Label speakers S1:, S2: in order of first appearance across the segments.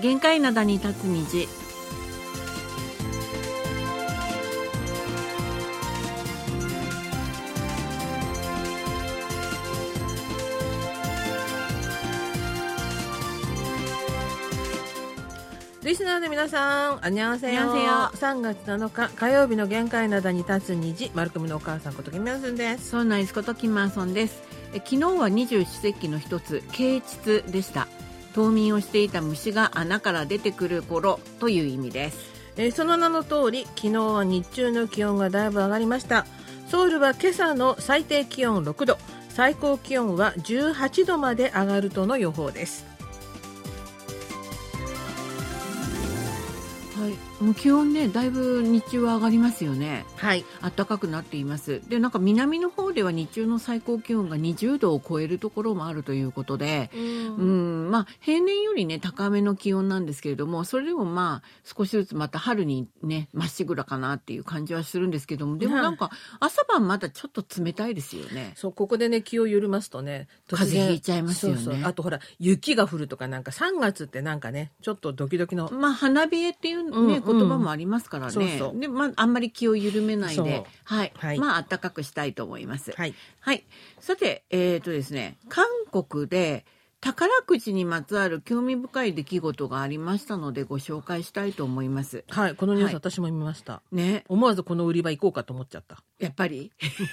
S1: 限界灘に立つ虹
S2: リスナーの皆さん、あにゃんせよ。
S1: 안녕하세요
S2: 3月7日火曜日の限界灘に立つ虹、マルコムのお母さんことキムヤスンです。
S1: そうなんですことキンマーソンですえ昨日は二十四節気の一つ啓蟄でした冬眠をしていた虫が穴から出てくる頃という意味です
S2: えーその名の通り、昨日は日中の気温がだいぶ上がりました。ソウルは今朝の最低気温6度、最高気温は18度まで上がるとの予報です。
S1: はい、もう気温ねだいぶ日中は上がりますよね
S2: はい。
S1: 暖かくなっていますでなんか南の方では日中の最高気温が20度を超えるところもあるということで、うんまあ、平年より、ね、高めの気温なんですけれどもそれでもまあ少しずつまた春にねまっしぐらかなっていう感じはするんですけどもでも
S2: はい
S1: なんか朝晩まだちょっと冷たいですよね。
S2: そう、ここでね、気を緩ますとね、突然
S1: 風邪ひいちゃいますよね
S2: そうそう。あとほら、雪が降るとかなんか、3月ってなんかね、ちょっとドキドキの。
S1: まあ、花冷えっていう、ね
S2: うんうん
S1: 言葉もありますからね
S2: そうそう
S1: で、まあ、あんまり気を緩めない
S2: そう
S1: で、はい
S2: はい
S1: まあ暖かくしたいと思います。
S2: はい。
S1: はい。さて、えっ、とですね、韓国で宝くじにまつわる興味深い出来事がありましたのでご紹介したいと思います。
S2: はい、このニュー
S1: は
S2: ス、
S1: い
S2: 私も見ました。
S1: ね、
S2: 思わずこの売り場行こうかと思っちゃった。
S1: やっぱり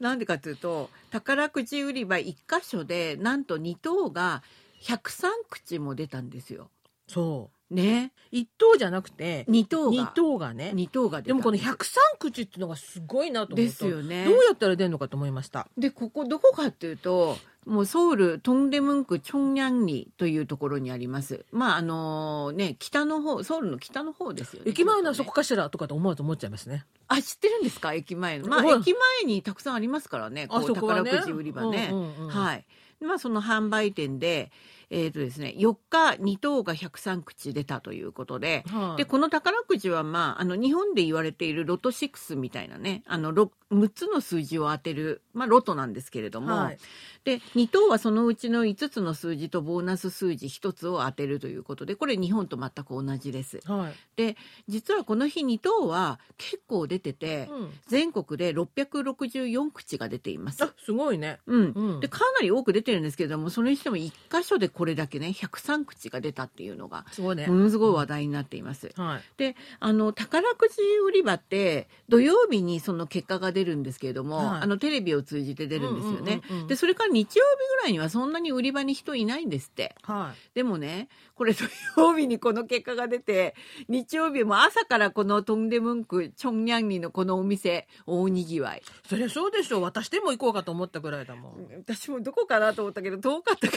S1: なんでかというと宝くじ売り場1箇所でなんと2等が103口も出たんですよ。
S2: そう。
S1: ね、
S2: 一等じゃなくて、
S1: 2等
S2: 二
S1: が
S2: 等がね。
S1: 二等が出
S2: で
S1: たん
S2: もこの
S1: すよ
S2: 103口っていうのがすごいなと思っ
S1: で
S2: た。
S1: すよね。
S2: どうやったら出るのかと思いました。
S1: でここどこかっていうともうソウルトンデムンクチョンヤンリというところにありますまああのね北の方ソウルの北の方ですよね
S2: 駅前の
S1: き
S2: そ
S1: っとね
S2: こかしらとかと思わず思っちゃいますね。
S1: あ知ってるんですか駅前のまあ
S2: ほら
S1: 駅前にたくさんありますからねこ
S2: あ
S1: う
S2: そこはね。
S1: 宝くじ売り場ね、
S2: うんうんうん
S1: はいまあその販売店でえっ、とですね4日2等が103口出たということで
S2: はい。
S1: でこの宝くじは、まあ、あの日本で言われているロト6みたいなねあの 6, つの数字を当てる、まあ、ロトなんですけれども、
S2: はい
S1: で2等はそのうちの5つの数字とボーナス数字1つを当てるということでこれ日本と全く同じです。
S2: はい。
S1: で実はこの日2等は結構出てて、
S2: うん
S1: 全国で664口が出ています
S2: あ。、すごいね。
S1: うん
S2: うん
S1: でかなり多く出てるんですけれどもそれにしても1箇所でこれだけね103口が出たっていうのが
S2: すごいね
S1: も。のすごい話題になっています。
S2: はい。
S1: であの宝くじ売り場って土曜日にその結果が出るんですけれども、
S2: はい
S1: あのテレビを通じて出るんですよね、
S2: うんうんうんうん
S1: でそれから日曜日ぐらいにはそんなに売り場に人いないんですって
S2: はい。
S1: でもねこれ土曜日にこの結果が出て日曜日も朝からこのトンデムンクチョンニャンリのこのお店大にぎわい
S2: そりゃそうでしょう。私でも行こうかと思ったぐらいだもん。
S1: 私もどこかなと思ったけど遠かったか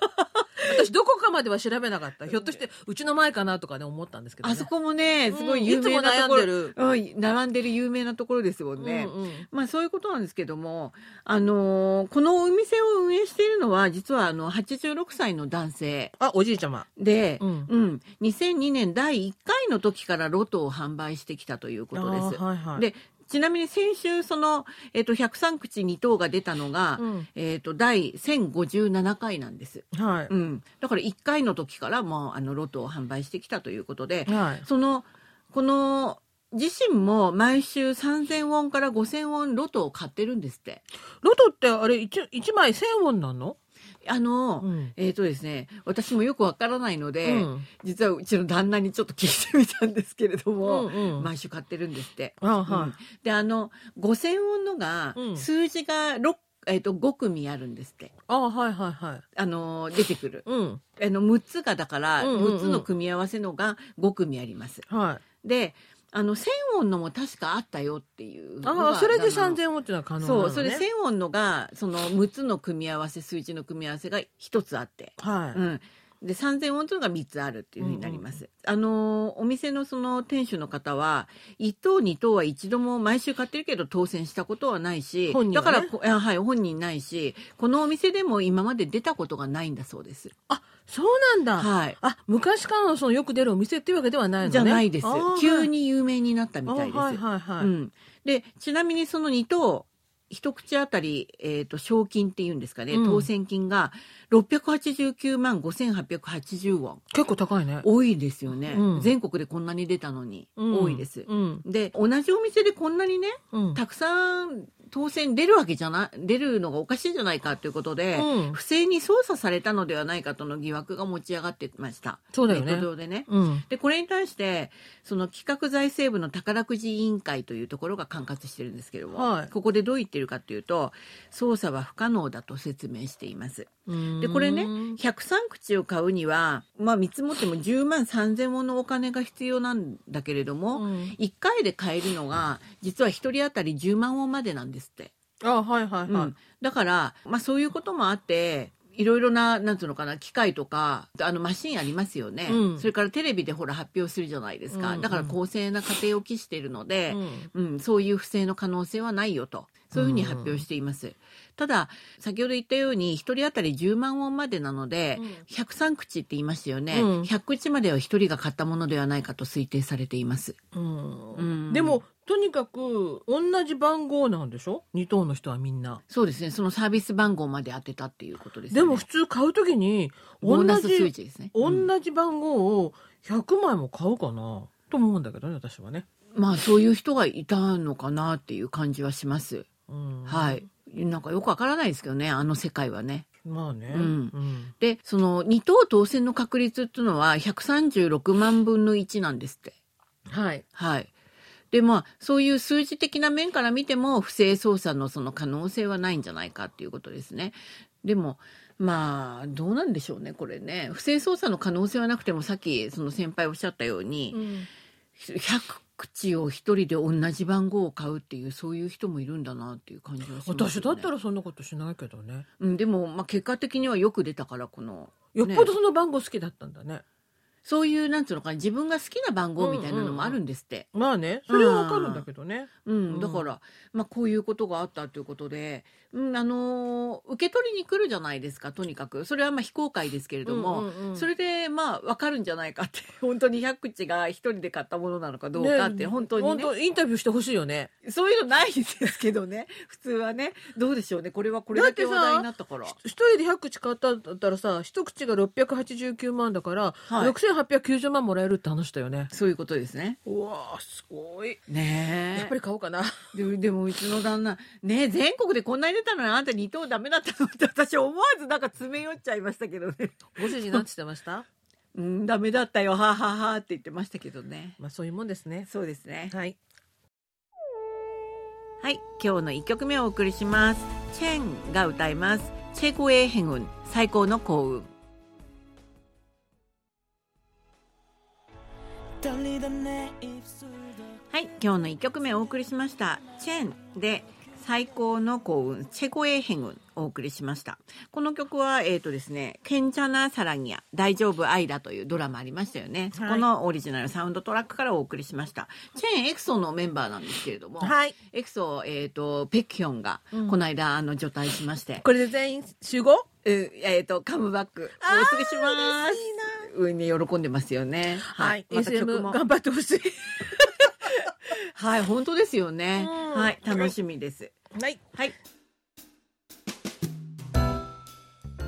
S1: ら
S2: 私どこかまでは調べなかった。ひょっとして、うちの前かなとかね、思ったんですけどね。
S1: あそこもねすご
S2: うん
S1: い有名なところ、
S2: いつも悩んでる
S1: うん並んでる有名なところですもんね、
S2: うんうん
S1: まあそういうことなんですけども、あのーこのお店を運営しているのは、実はあの、86歳の男性
S2: あ、おじいちゃま。
S1: で、
S2: う
S1: うんん、2002年第1回の時からロトを販売してきたということです。
S2: あーはいはい。、
S1: で、ちなみに先週、その、えっ、と、103口2等が出たのが、
S2: うん
S1: えっ、と、第1057回なんです。
S2: はい。
S1: うん。だから1回の時からもう、あの、ロトを販売してきたということで、
S2: はい。
S1: そのこの自身も毎週3000ウォンから5000ウォンロトを買ってるんですって。
S2: ロトってあれ一一枚千ウォンなの？
S1: あの、
S2: うん
S1: えっ、とですね、私もよくわからないので、
S2: うん
S1: 実はうちの旦那にちょっと聞いてみたんですけれども、
S2: うんうん
S1: 毎週買ってるんですって。
S2: あ
S1: うんで、あの、5000ウォンのが
S2: う、ん
S1: 数字が六えっと5組あるんですって。
S2: あはいはいはい。
S1: あの、出てくる。
S2: うん
S1: あの、6つがだから、
S2: うんうんうん
S1: 6つの組み合わせのが5組あります。
S2: はい。
S1: で、あの、1000ウォンのも確かあったよっていうのが。
S2: あそれ
S1: 旦
S2: で三
S1: 那の
S2: 千ウォンっていうのは可能なの
S1: そ
S2: ね。
S1: う、それ1000ウォンのが、その6つの組み合わせ、数字の組み合わせが1つあって。
S2: は
S1: う
S2: い。
S1: ん。で、3000ウォンというのが3つあるっていうふうになります。あのー、お店のその店主の方は、1等2等は一度も毎週買ってるけど当選したことはないし、
S2: 本人
S1: だ
S2: はね
S1: からこ、あはい、本人ないし、このお店でも今まで出たことがないんだそうです。
S2: あそうなんだ。
S1: はい。
S2: あ昔からのそのよく出るお店っていうわけではないのね。
S1: じゃないです
S2: あー。
S1: 急に有名になったみ
S2: はい
S1: たいです。
S2: あはいはいはい。
S1: うん、でちなみにその2等一口当たり、えー、と賞金っていうんですかね、
S2: うん
S1: 当選金が689万5880ウォン
S2: 結構高いね。
S1: 多いですよね、
S2: うん
S1: 全国でこんなに出たのに、
S2: うん
S1: 多いです。
S2: うん。
S1: で同じお店でこんなにね
S2: うん。
S1: たくさん当選出るわけじゃない出るのがおかしいんじゃないかということで、
S2: うん
S1: 不正に操作されたのではないかとの疑惑が持ち上がってました
S2: そうだよね
S1: ネット上でね。
S2: うん。
S1: でこれに対してその企画財政部の宝くじ委員会というところが管轄してるんですけれども、
S2: はい
S1: ここでどう言ってるかというと捜査は不可能だと説明しています。
S2: うん
S1: でこれね103口を買うには、まあ、見積もっても10万3000ウォンのお金が必要なんだけれども、
S2: うん
S1: 1回で買えるのが実は1人当たり10万ウォンまでなんですって。
S2: あ、はいはいうはい。
S1: ん、だから、まあ、そういうこともあっていろいろななんつうのかな機械とかあのマシンありますよね、
S2: うん
S1: それからテレビでほら発表するじゃないですか、
S2: うんうん
S1: だから公正な過程を期しているので、
S2: うん
S1: うんそういう不正の可能性はないよとそういうふうに発表しています、ただ先ほど言ったように1人当たり10万ウォンまでなので、
S2: うん
S1: 103口って言いましたよね、
S2: うん
S1: 100口までは1人が買ったものではないかと推定されています
S2: うん
S1: うん
S2: でもとにかく同じ番号なんでしょ2等の人はみんな
S1: そうですねそのサービス番号まで当てたっていうことですね
S2: でも普通買う時に
S1: ボ
S2: 同
S1: ーナス数
S2: じ
S1: 値ですね。うん
S2: 同じ番号を100枚も買うかなと思うんだけどね私はね、
S1: まあそういう人がいたのかなっていう感じはします。
S2: うん
S1: はい。なんかよくわからないですけどね、あの世界はね。
S2: まあね、
S1: うん
S2: うん
S1: で、その2等当選の確率っていうのは136万分の1なんですって。
S2: はい
S1: はい。で、まあそういう数字的な面から見ても不正操作のその可能性はないんじゃないかっていうことですね。でも、まあどうなんでしょうね、これね。不正操作の可能性はなくてもさっきその先輩おっしゃったように、100口を一人で同じ番号を買うっていうそういう人もいるんだなっていう感じはしますよね、
S2: 私だったらそんなことしないけどね
S1: うん、でも、まあ、結果的にはよく出たからこの
S2: よっぽどその番号好きだったんだね
S1: そういうなんつうのかな自分が好きな番号みたいなのもあるんですって、
S2: まあねそれはわかるんだけどね、
S1: うん
S2: うん
S1: だから、まあ、こういうことがあったということで、うんあのー受け取りに来るじゃないですかとにかくそれはまあ非公開ですけれども。
S2: うんうんうん
S1: それでまあ分かるんじゃないかって本当に百口が一人で買ったものなのかどうかって、
S2: ね
S1: 本当にね
S2: 本当インタビューしてほしいよね
S1: そういうのないですけどね。 普通はね。どうでしょうね。これはこれだけ
S2: だって
S1: 話
S2: さ
S1: 題になったから。
S2: 一人で100口買ったんだったらさ一口が689万だから、
S1: はい
S2: 6890万もらえるって話だよね
S1: そういうことですね。
S2: うわーすごい
S1: ねえ。
S2: やっぱり買おうかな
S1: でも、でもうちの旦那、ねえ、全国でこんなに出たのにあんた2等ダメだったのって私思わずなんか詰め寄っちゃいましたけどね。
S2: ご主人なんて言ってま した
S1: うん、ダメだったよ、はあはあはあって言ってましたけどね。
S2: まあそういうもんですね
S1: そうですね。
S2: はい
S1: はい、今日の1曲目をお送りします。チェンが歌います。チェコエヘグン、最高の幸運。はい、今日の一曲目お送りしました。チェーンで最高の幸運、チェコエーヘンをお送りしました。この曲は、えっ、とですね、ケンチャナサラギア、大丈夫愛だというドラマありましたよね。そこのオリジナルサウンドトラックからお送りしました。チェーンエクソのメンバーなんですけれども、
S2: はい
S1: エクソ、えっ、と、ペッキョンが、この間、あの、除隊しまして、
S2: これで全員集合
S1: うえっ、と、カムバック、もうすぐします。上に喜んでますよね。
S2: はい、
S1: また
S2: SM
S1: 曲も
S2: 頑張ってほしい
S1: はい、本当ですよね。
S2: うん
S1: はい、楽しみです。
S2: はい
S1: はい。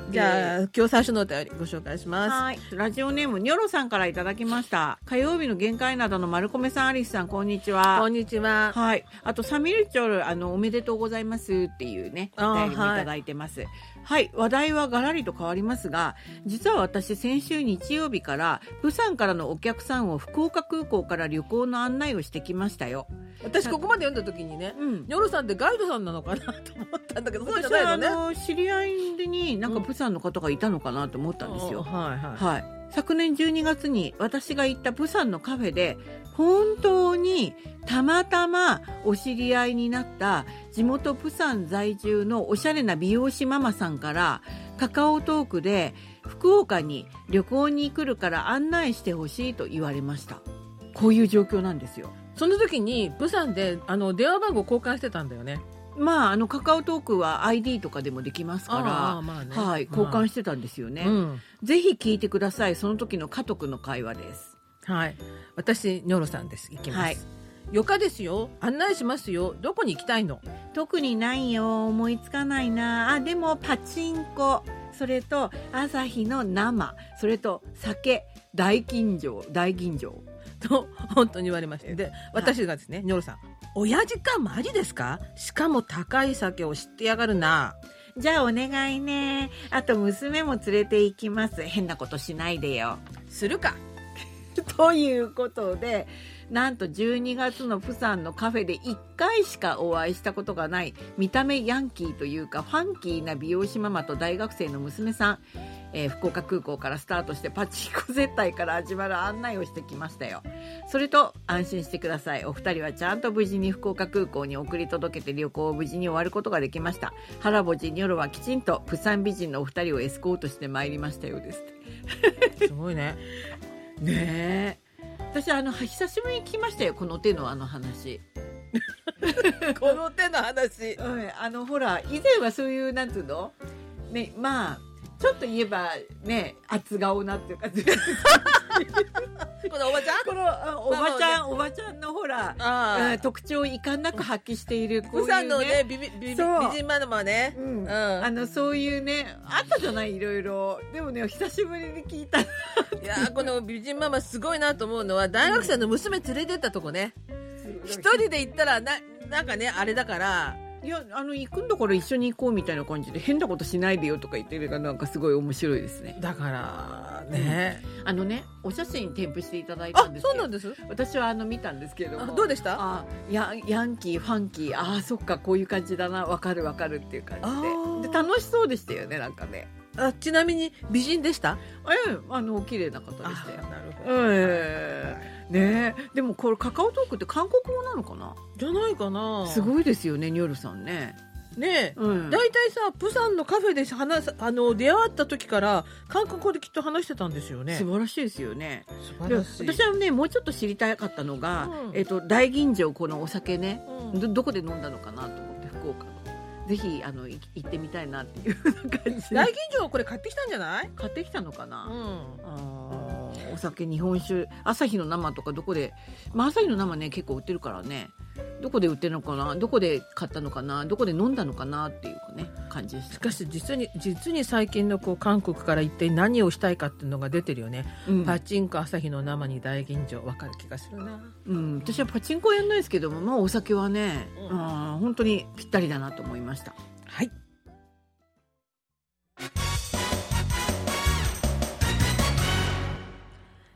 S2: じゃあ今日最初のお便りご紹介しま
S1: はい。ラジオネームニョロさんからいただきました。火曜日の限界などの丸米さん、アリスさん、こんにち
S2: すこ
S1: は。
S2: んにちは
S1: はい。あとサミルチョルあのおめでとうございますっていうねお
S2: あー
S1: 便りもいただいてます。はい、話題はがらりと変わりますが、実は私先週日曜日から釜山からのお客さんを福岡空港から旅行の案内をしてきましたよ。
S2: 私ここまで読んだ時にね
S1: うん。
S2: ニョロさんってガイドさんなのかなと思ったんだけどそうじゃ
S1: 私
S2: ない
S1: は
S2: の
S1: あの
S2: ね
S1: 知り合いになんか釜山の方がいたのかなと思ったんですよ。
S2: はいは
S1: は
S2: い
S1: い、昨年12月に私が行った釜山のカフェで本当にたまたまお知り合いになった地元釜山在住のおしゃれな美容師ママさんからカカオトークで福岡に旅行に来るから案内してほしいと言われましたこういう状況なんですよ
S2: その時に釜山であの電話番号交換してたんだよね。
S1: まああのカカオトークは ID とかでもできます
S2: ああ
S1: か
S2: まあ
S1: ら、
S2: ね
S1: はい、交換してたんですよね、
S2: うん、
S1: ぜひ聞いてくださいその時の家族の会話です
S2: はい。私ニョロさんです。行きます。
S1: はい
S2: よかですよ。案内しますよ。どこに行きたいの。
S1: 特にないよ思いつかないなあでもパチンコそれと朝日の生それと酒大吟醸大吟醸
S2: と本当に言われましたで私がですね、ニョロさん「親父かマジですかしかも高い酒を知ってやがるな
S1: じゃあお願いねあと娘も連れて行きます変なことしないでよ」
S2: するか
S1: ということでなんと12月のプサンのカフェで1回しかお会いしたことがない見た目ヤンキーというかファンキーな美容師ママと大学生の娘さん、えー福岡空港からスタートしてパチンコ接待から始まる案内をしてきましたよそれと安心してくださいお二人はちゃんと無事に福岡空港に送り届けて旅行を無事に終わることができました原坊寺ニョロはきちんとプサン美人のお二人をエスコートしてまいりましたようですって
S2: すご いね
S1: ねえ私あの久しぶりに聞きましたよこの手のあの話、
S2: この手の話
S1: うん、あのほら以前はそういうなんつうのねまあちょっと言えばね厚顔な っていうか
S2: このおばちゃん
S1: このあおばちゃんおばちゃんのほら、
S2: あ
S1: うん特徴を遺憾なく発揮しているこうい
S2: プサン
S1: う
S2: の
S1: ね
S2: ね美美美美
S1: そう
S2: 人ママね
S1: うん
S2: うん
S1: あのそういうねあったじゃないいろいろでもね久しぶりに聞いた
S2: いやーこの美人ママすごいなと思う のは大学生の娘連れてったとこね一人で行ったらななんかねあれだから
S1: いやあの行くんだから一緒に行こうみたいな感じで変なことしないでよとか言ってるのがなんかすごい面白いですね
S2: だからね
S1: あのねお写真添付していただいた
S2: あ
S1: んです
S2: そう
S1: け
S2: な
S1: ど
S2: んです
S1: 私はあの見たんですけれど
S2: あ
S1: も
S2: どうでした
S1: あやヤンキーファンキーああそっかこういう感じだなわかるわかるっていう感
S2: あー
S1: じでで楽しそうでしたよねなんかね
S2: あちなみに美人でした
S1: うんあの綺麗な方でしたよ
S2: なるほ
S1: ええねえでもこれカカオトークって韓国語なのかな
S2: じゃないかな
S1: すごいですよねニョルさんね
S2: ねえ
S1: うん
S2: 大体さプサンのカフェで話すあの出会った時から韓国語できっと話してたんですよね
S1: 素晴らしいですよねで
S2: 素晴らしい
S1: 私はねもうちょっと知りたかったのが、
S2: うん
S1: えっと大吟醸このお酒ね
S2: うん
S1: どどこで飲んだのかなと思って福岡のぜひあのい行ってみたいなっていう感じ
S2: 大
S1: で
S2: 吟醸これ買ってきたんじゃない
S1: 買ってきたのか
S2: う
S1: な、
S2: ん
S1: あーお酒日本酒朝日の生とかどこで、まあ、朝日の生ね結構売ってるからねどこで売ってるのかなどこで買ったのかなどこで飲んだのかなっていうね感じでした
S2: しかし実に実に最近のこう韓国から一体何をしたいかっていうのが出てるよね、
S1: うん
S2: パチンコ朝日の生に大吟醸わかる気がするな
S1: うん、私はパチンコはやんないですけども、まあ、お酒はね、
S2: うん
S1: あー本当にぴったりだなと思いました
S2: はい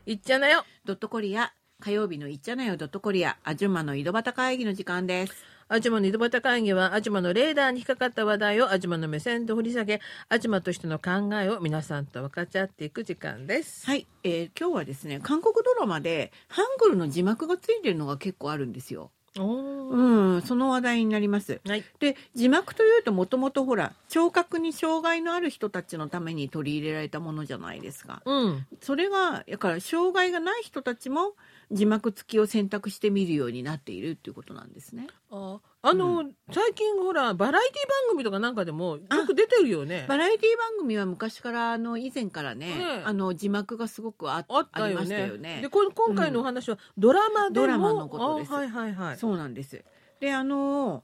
S2: いっちゃなよ
S1: ドットコリア火曜日のいっちゃなよドットコリアアジュンマの井戸端会議の時間です
S2: アジマの井戸端会議はアジマのレーダーに引っかかった話題をアジマの目線で掘り下げアジマとしての考えを皆さんと分かち合っていく時間です。
S1: はい、えー今日はですね韓国ドラマでハングルの字幕がついてるのが結構あるんですよ。
S2: お
S1: うん、その話題になります。
S2: はい、
S1: で字幕というともともとほら聴覚に障害のある人たちのために取り入れられたものじゃないですか。
S2: うん
S1: それがだから障害がない人たちも字幕付きを選択して見るようになっているっていうことなんですね。
S2: ああの、最近ほらバラエティ番組とかなんかでもよく出てるよね。
S1: バラエティ番組は昔からあの以前からね、
S2: ね
S1: あの字幕がすごくあ
S2: あっ
S1: あ
S2: た
S1: り
S2: よ
S1: ました
S2: ね。
S1: よね
S2: で。これ今回のお話はドラマで
S1: ド
S2: も
S1: ラマのことです
S2: あはいはいはい。
S1: そうなんです。で、あのー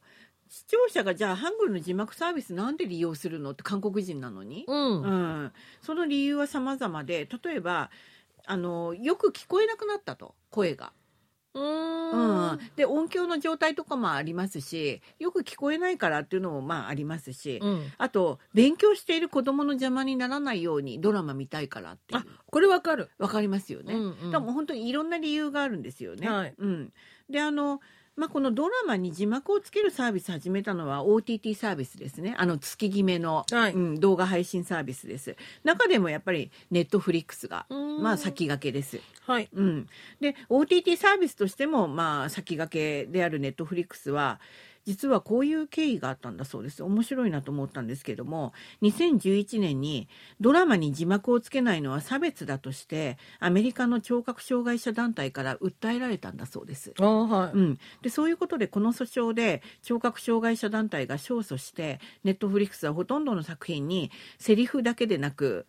S1: 視聴者がじゃあハングルの字幕サービスなんで利用するのって韓国人なのに、
S2: うん、
S1: うんその理由は様々で例えばあのーよく聞こえなくなったと声が、
S2: う
S1: うん
S2: ん
S1: で音響の状態とかもありますしよく聞こえないからっていうのもまあありますし、
S2: うん
S1: あと勉強している子どもの邪魔にならないようにドラマ見たいからっていう
S2: あこれわかる。
S1: わかりますよね。
S2: うんうん
S1: でも本当にいろんな理由があるんですよね。
S2: はい
S1: うん、であの、まあ、このドラマに字幕をつけるサービス始めたのは OTT サービスですねあの月決めの、
S2: はい
S1: うん、動画配信サービスです中でもやっぱりネットフリックスが、
S2: うん
S1: まあ、先駆けです。
S2: はい。
S1: うん、で OTT サービスとしても、まあ、先駆けであるネットフリックスは実はこういう経緯があったんだそうです面白いなと思ったんですけども2011年にドラマに字幕をつけないのは差別だとしてアメリカの聴覚障害者団体から訴えられたんだそうです。
S2: あはい。
S1: うん、でそういうことでこの訴訟で聴覚障害者団体が勝訴してネットフリックスはほとんどの作品にセリフだけでなく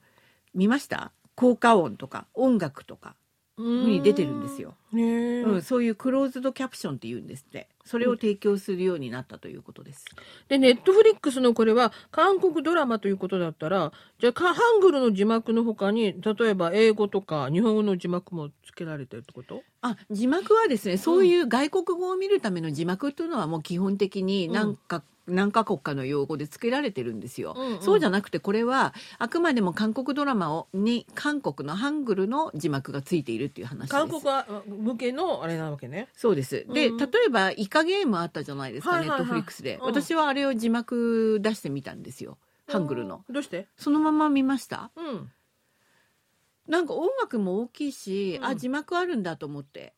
S1: 見ました効果音とか音楽とかふうに出てるんですよ。
S2: へえ、
S1: うん、そういうクローズドキャプションって言うんですって。それを提供するようになったということです。
S2: でネットフリックスのこれは韓国ドラマということだったらじゃあかハングルの字幕の他に例えば英語とか日本語の字幕もつけられてるってこと
S1: あ、字幕はですね、そういう外国語を見るための字幕というのはもう基本的に何か、何カ国かの用語で付けられてるんですよ、
S2: うんうん
S1: そうじゃなくてこれはあくまでも韓国ドラマをに韓国のハングルの字幕がついているっていう話です。
S2: 韓国はあ向けのあれなわけね。
S1: そうです。で、
S2: うん
S1: 例えばイカゲームあったじゃないですか、
S2: はい
S1: ネ
S2: はい
S1: ッ
S2: はい
S1: トフリックスで、
S2: うん
S1: 私はあれを字幕出してみたんですよ。ハングルの。
S2: どうして
S1: そのまま見ました
S2: うん。
S1: なんか音楽も大きいし、
S2: う
S1: あ
S2: ん
S1: 字幕あるんだと思って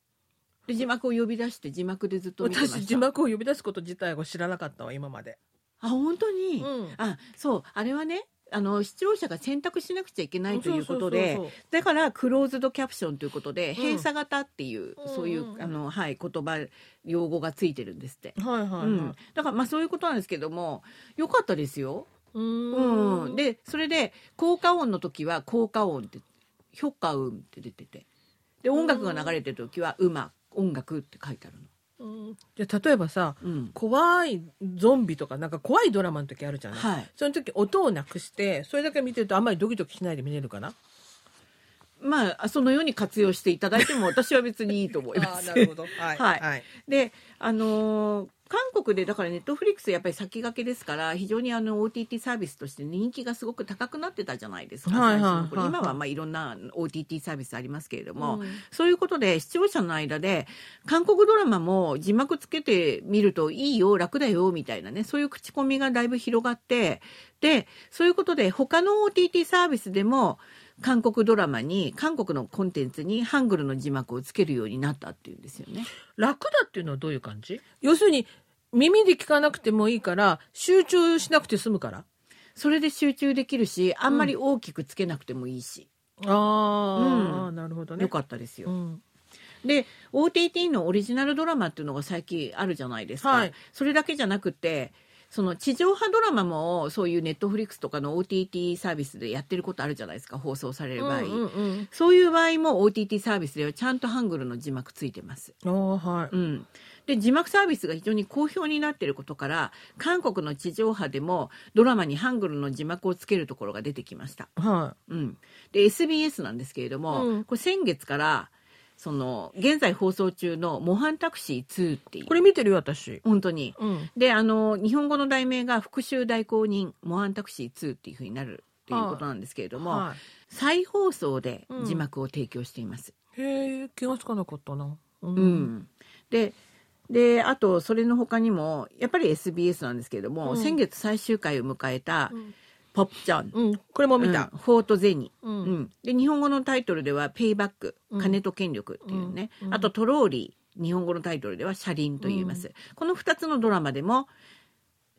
S1: で字幕を呼び出して字幕でずっと見てました
S2: 私字幕を呼び出すこと自体を知らなかったわ今まで。
S1: あ本当に、
S2: ん。
S1: あそうあれはねあの視聴者が選択しなくちゃいけないということで
S2: そうそうそう
S1: だからクローズドキャプションということで、閉鎖型っていう
S2: うん
S1: そういう、
S2: うんうんうん
S1: あのはい言葉用語がついてるんですって、
S2: そうはいはいうは
S1: ん、だからまあそういうことなんですけどもよかったですよ
S2: い。うん
S1: うん、でそれで効果音の時は効果音って「ひょっかうん」って出ててで音楽が流れてる時は「うま」「音楽」って書いてあるの。
S2: うんじゃあ例えばさ
S1: うん、
S2: 怖いゾンビとかなんか怖いドラマの時あるじゃない。
S1: はい
S2: その時音をなくしてそれだけ見てるとあんまりドキドキしないで見れるか な。
S1: まあそのように活用していただいても私は別にいいと思い ます。
S2: ほど。は
S1: はい
S2: はい。
S1: であのー韓国でだからネットフリックスやっぱり先駆けですから非常にあの OTT サービスとして人気がすごく高くなってたじゃないですか、
S2: はいはい
S1: 最初の頃
S2: はいはい
S1: 今はまあいろんな OTT サービスありますけれども、
S2: うん
S1: そういうことで視聴者の間で韓国ドラマも字幕つけてみるといいよ楽だよみたいなねそういう口コミがだいぶ広がってでそういうことで他の OTT サービスでも韓国ドラマに韓国のコンテンツにハングルの字幕をつけるようになったっていうんですよね。
S2: 楽だっていうのはどういう感じ要するに耳で聞かなくてもいいから集中しなくて済むから
S1: それで集中できるしあんまり大きくつけなくてもいいし、
S2: ああ、
S1: う
S2: なるほどね
S1: よかったですよ。
S2: うん
S1: で OTT のオリジナルドラマっていうのが最近あるじゃないですか、
S2: はい
S1: それだけじゃなくてその地上波ドラマもそういうネットフリックスとかの OTT サービスでやってることあるじゃないですか放送される場合、
S2: うんうん
S1: そういう場合も OTT サービスではちゃんとハングルの字幕ついてます。
S2: うん、ああはい、
S1: うん、で字幕サービスが非常に好評になっていることから韓国の地上波でもドラマにハングルの字幕をつけるところが出てきました。
S2: は
S1: うん、で SBS なんですけれども、
S2: うん
S1: これ先月からその現在放送中の「模範タクシー2」ってい
S2: いうこれ見てるよ私
S1: 本当に
S2: うん
S1: であの日本語の題名が「復讐代行人模範タクシー2」っていうふうになるということなんですけれども、
S2: は
S1: 再放送で字幕を提供しています。
S2: い、へえ気がつかなかったなう
S1: うんでであとそれの他にもやっぱり SBS なんですけれども、
S2: うん
S1: 先月最終回を迎えた
S2: うん
S1: 「ポップチャン」
S2: うんこれも見た
S1: うん、フォートゼニ
S2: うん
S1: うん、で日本語のタイトルでは「ペイバック
S2: うん
S1: 金と権力」っていうね、
S2: うんうん
S1: あと「トローリー」日本語のタイトルでは「車輪」と言います、この2つのドラマでも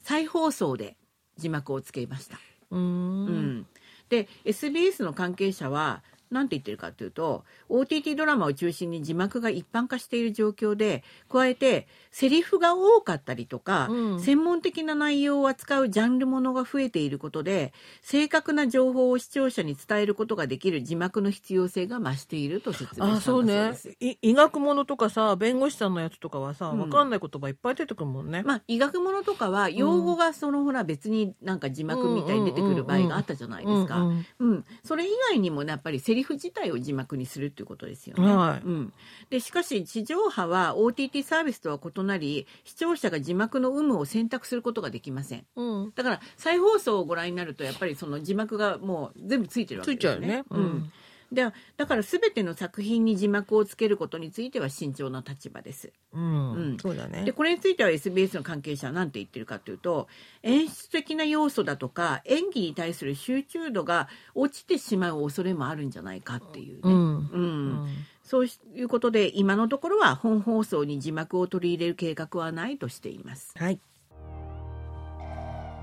S1: 再放送で字幕をつけました、
S2: うん
S1: うんで SBS の関係者は何て言ってるかというと OTT ドラマを中心に字幕が一般化している状況で加えてセリフが多かったりとか、
S2: うん
S1: 専門的な内容を扱うジャンルものが増えていることで正確な情報を視聴者に伝えることができる字幕の必要性が増していると説明したん
S2: あ
S1: だ
S2: あ
S1: そ
S2: そうう
S1: で
S2: ね
S1: す。
S2: い医学ものとかさ弁護士さんのやつとかはさ
S1: うん
S2: わかんない言葉いっぱい出てくるもんね、
S1: まあ、医学ものとかは用語がそのほら別になんか字幕みたいに出てくる場合があったじゃないです
S2: う
S1: か。
S2: ん
S1: うん、それ以外にもやっぱりセリフ自体を字幕にするっていうことですよね。
S2: はい
S1: うん、でしかし地上波は OTT サービスとは異なり視聴者が字幕の有無を選択することができません。
S2: うんうん
S1: だから再放送をご覧になるとやっぱりその字幕がもう全部ついてるわ
S2: つ
S1: け
S2: い
S1: です
S2: ちゃ
S1: よ
S2: うよ
S1: ね。
S2: ね、
S1: うんでだから全ての作品に字幕をつけることについては慎重な立場です。
S2: うん
S1: う
S2: うんん、そうだね
S1: でこれについては SBS の関係者は何て言ってるかというと演出的な要素だとか演技に対する集中度が落ちてしまう恐れもあるんじゃないかっていうね。
S2: うん
S1: うんそういうことで今のところは本放送に字幕を取り入れる計画はないとしています。
S2: はい。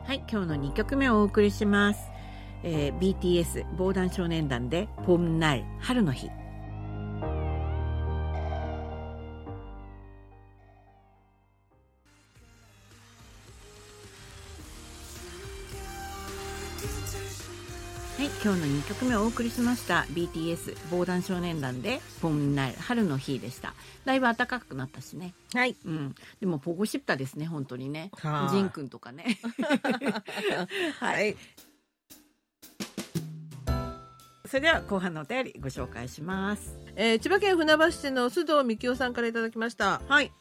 S1: はい、今日の2曲目をお送りします。えー BTS 防弾少年団で「ポンナイ春の日」。
S3: Thank you.
S1: はい、今日の2曲目をお送りしました BTS 防弾少年団で「ポンな春の日」でしただいぶ暖かくなったしね、
S2: はい。
S1: うん、でもポゴシッタですね本当にね
S2: はい
S1: ジン君とかね
S2: はい。
S1: それでは後半のお便りご紹介します
S2: えー千葉県船橋市の須藤幹夫さんからいただきました。
S1: はい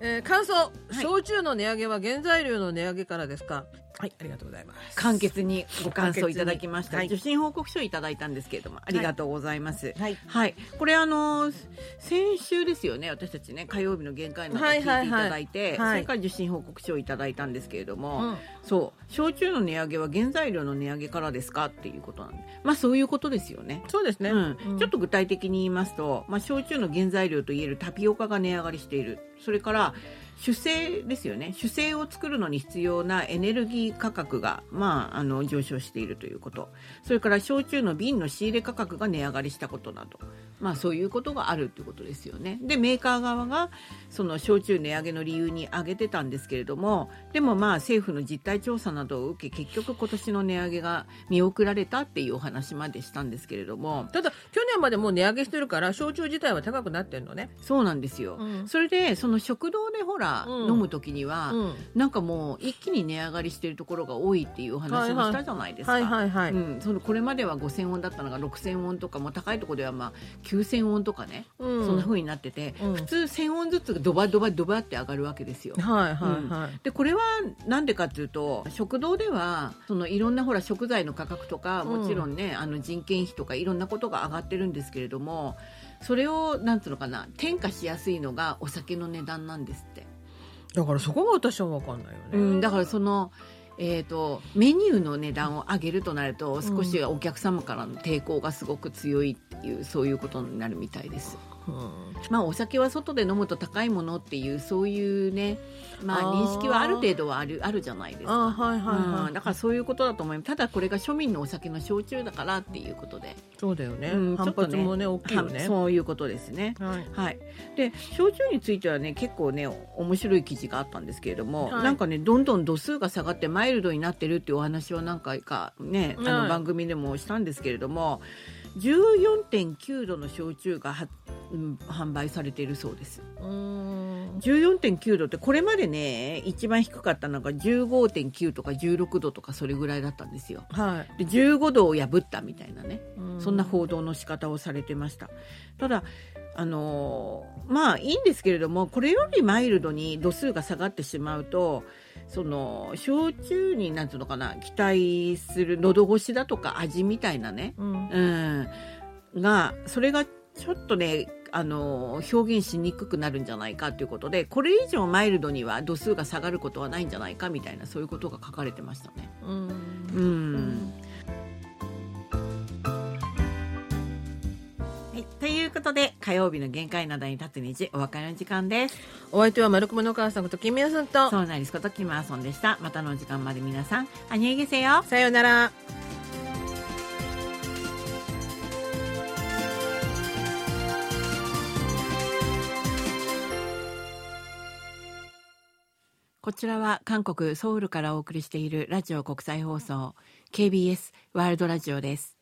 S2: えー感想、
S1: い
S2: 焼酎の値上げは原材料の値上げからですか。はい、ありがとうございます。
S1: 簡潔にご感想いただきました、
S2: 簡潔にはい
S1: 受信報告書いただいたんですけれどもありがとうございます、はい
S2: はい。
S1: これあのー先週ですよね私たちね火曜日の限界の聞いていただいて、
S2: いはい
S1: それから受信報告書をいただいたんですけれども、
S2: うん
S1: そう焼酎の値上げは原材料の値上げからですかっていうことなんでまあそういうことですよね。
S2: そうですね。
S1: うん
S2: うん
S1: ちょっと具体的に言いますと、まあ、焼酎の原材料といえるタピオカが値上がりしているそれから酒精ですよね酒精を作るのに必要なエネルギー価格が、まあ、あの上昇しているということそれから焼酎の瓶の仕入れ価格が値上がりしたことなど、まあ、そういうことがあるということですよね。でメーカー側がその焼酎値上げの理由に挙げてたんですけれどもでもまあ政府の実態調査などを受け結局今年の値上げが見送られたっていうお話までしたんですけれども
S2: ただ去年までもう値上げしてるから焼酎自体は高くなってるのね。
S1: そうなんですよ。
S2: うん
S1: それでその食堂でほら、
S2: うん
S1: 飲む時には、
S2: うん
S1: なんかもう一気に値上がりしてるところが多いっていうお話もしたじゃないですか。
S2: はいはいはい。
S1: うん、そのこれまでは5000ウォンだったのが6000ウォンとかもう高いところではまあ9000ウォンとかね、
S2: うん
S1: そんな風になってて、
S2: うん
S1: 普通1000ウォンずつドバドバドバって上がるわけですよ。
S2: はいはいはい。
S1: でこれはなんでかっていうと食堂ではそのいろんなほら食材の価格とか
S2: うん
S1: もちろんね、あの人件費とかいろんなことが上がってるんですけれどもそれをなんつうのかな転嫁しやすいのがお酒の値段なんですって、
S2: だからそこが私は分かんないよね。
S1: うん、だからその、えー、とメニューの値段を上げるとなると少しお客様からの抵抗がすごく強いっていうそういうことになるみたいです。
S2: うん
S1: まあ、お酒は外で飲むと高いものっていうそういうね、まあ、
S2: あー
S1: 認識はある程度はあるあるじゃないですか。
S2: あはいはいは
S1: う
S2: い。
S1: んだからそういうことだと思いますただこれが庶民のお酒の焼酎だからっていうことで、
S2: そうだよね。
S1: うん
S2: 反発もね大きいよ
S1: は
S2: ね。
S1: そういうことですね
S2: はい。
S1: はいで焼酎についてはね結構ね面白い記事があったんですけれども、
S2: はい
S1: なんかねどんどん度数が下がってマイルドになってるっていうお話を何回かねあ
S2: は
S1: の
S2: い
S1: 番組でもしたんですけれども、14.9度の焼酎がは、うん、販売されているそうです
S2: うん。
S1: 14.9度ってこれまでね一番低かったのが15.9とか16度とかそれぐらいだったんですよ
S2: はい。
S1: で15度を破ったみたいなね
S2: う
S1: そんな報道の仕方をされてましたただあのーまあいいんですけれどもこれよりマイルドに度数が下がってしまうとその焼酎になんていうのかな期待する喉越しだとか味みたいなね
S2: うん。
S1: うんがそれがちょっとねあのー表現しにくくなるんじゃないかということでこれ以上マイルドには度数が下がることはないんじゃないかみたいなそういうことが書かれてましたね。
S2: うん
S1: うんはい、ということで火曜日の限界などに立つ日お別れの時間です。
S2: お相手は丸雲のお母さんこと金宮さんと。
S1: そうなりすことキマーソンでした。またの時間まで皆さん、あにえげせよ。
S2: さようなら。
S1: こちらは韓国ソウルからお送りしているラジオ国際放送 KBS ワールドラジオです。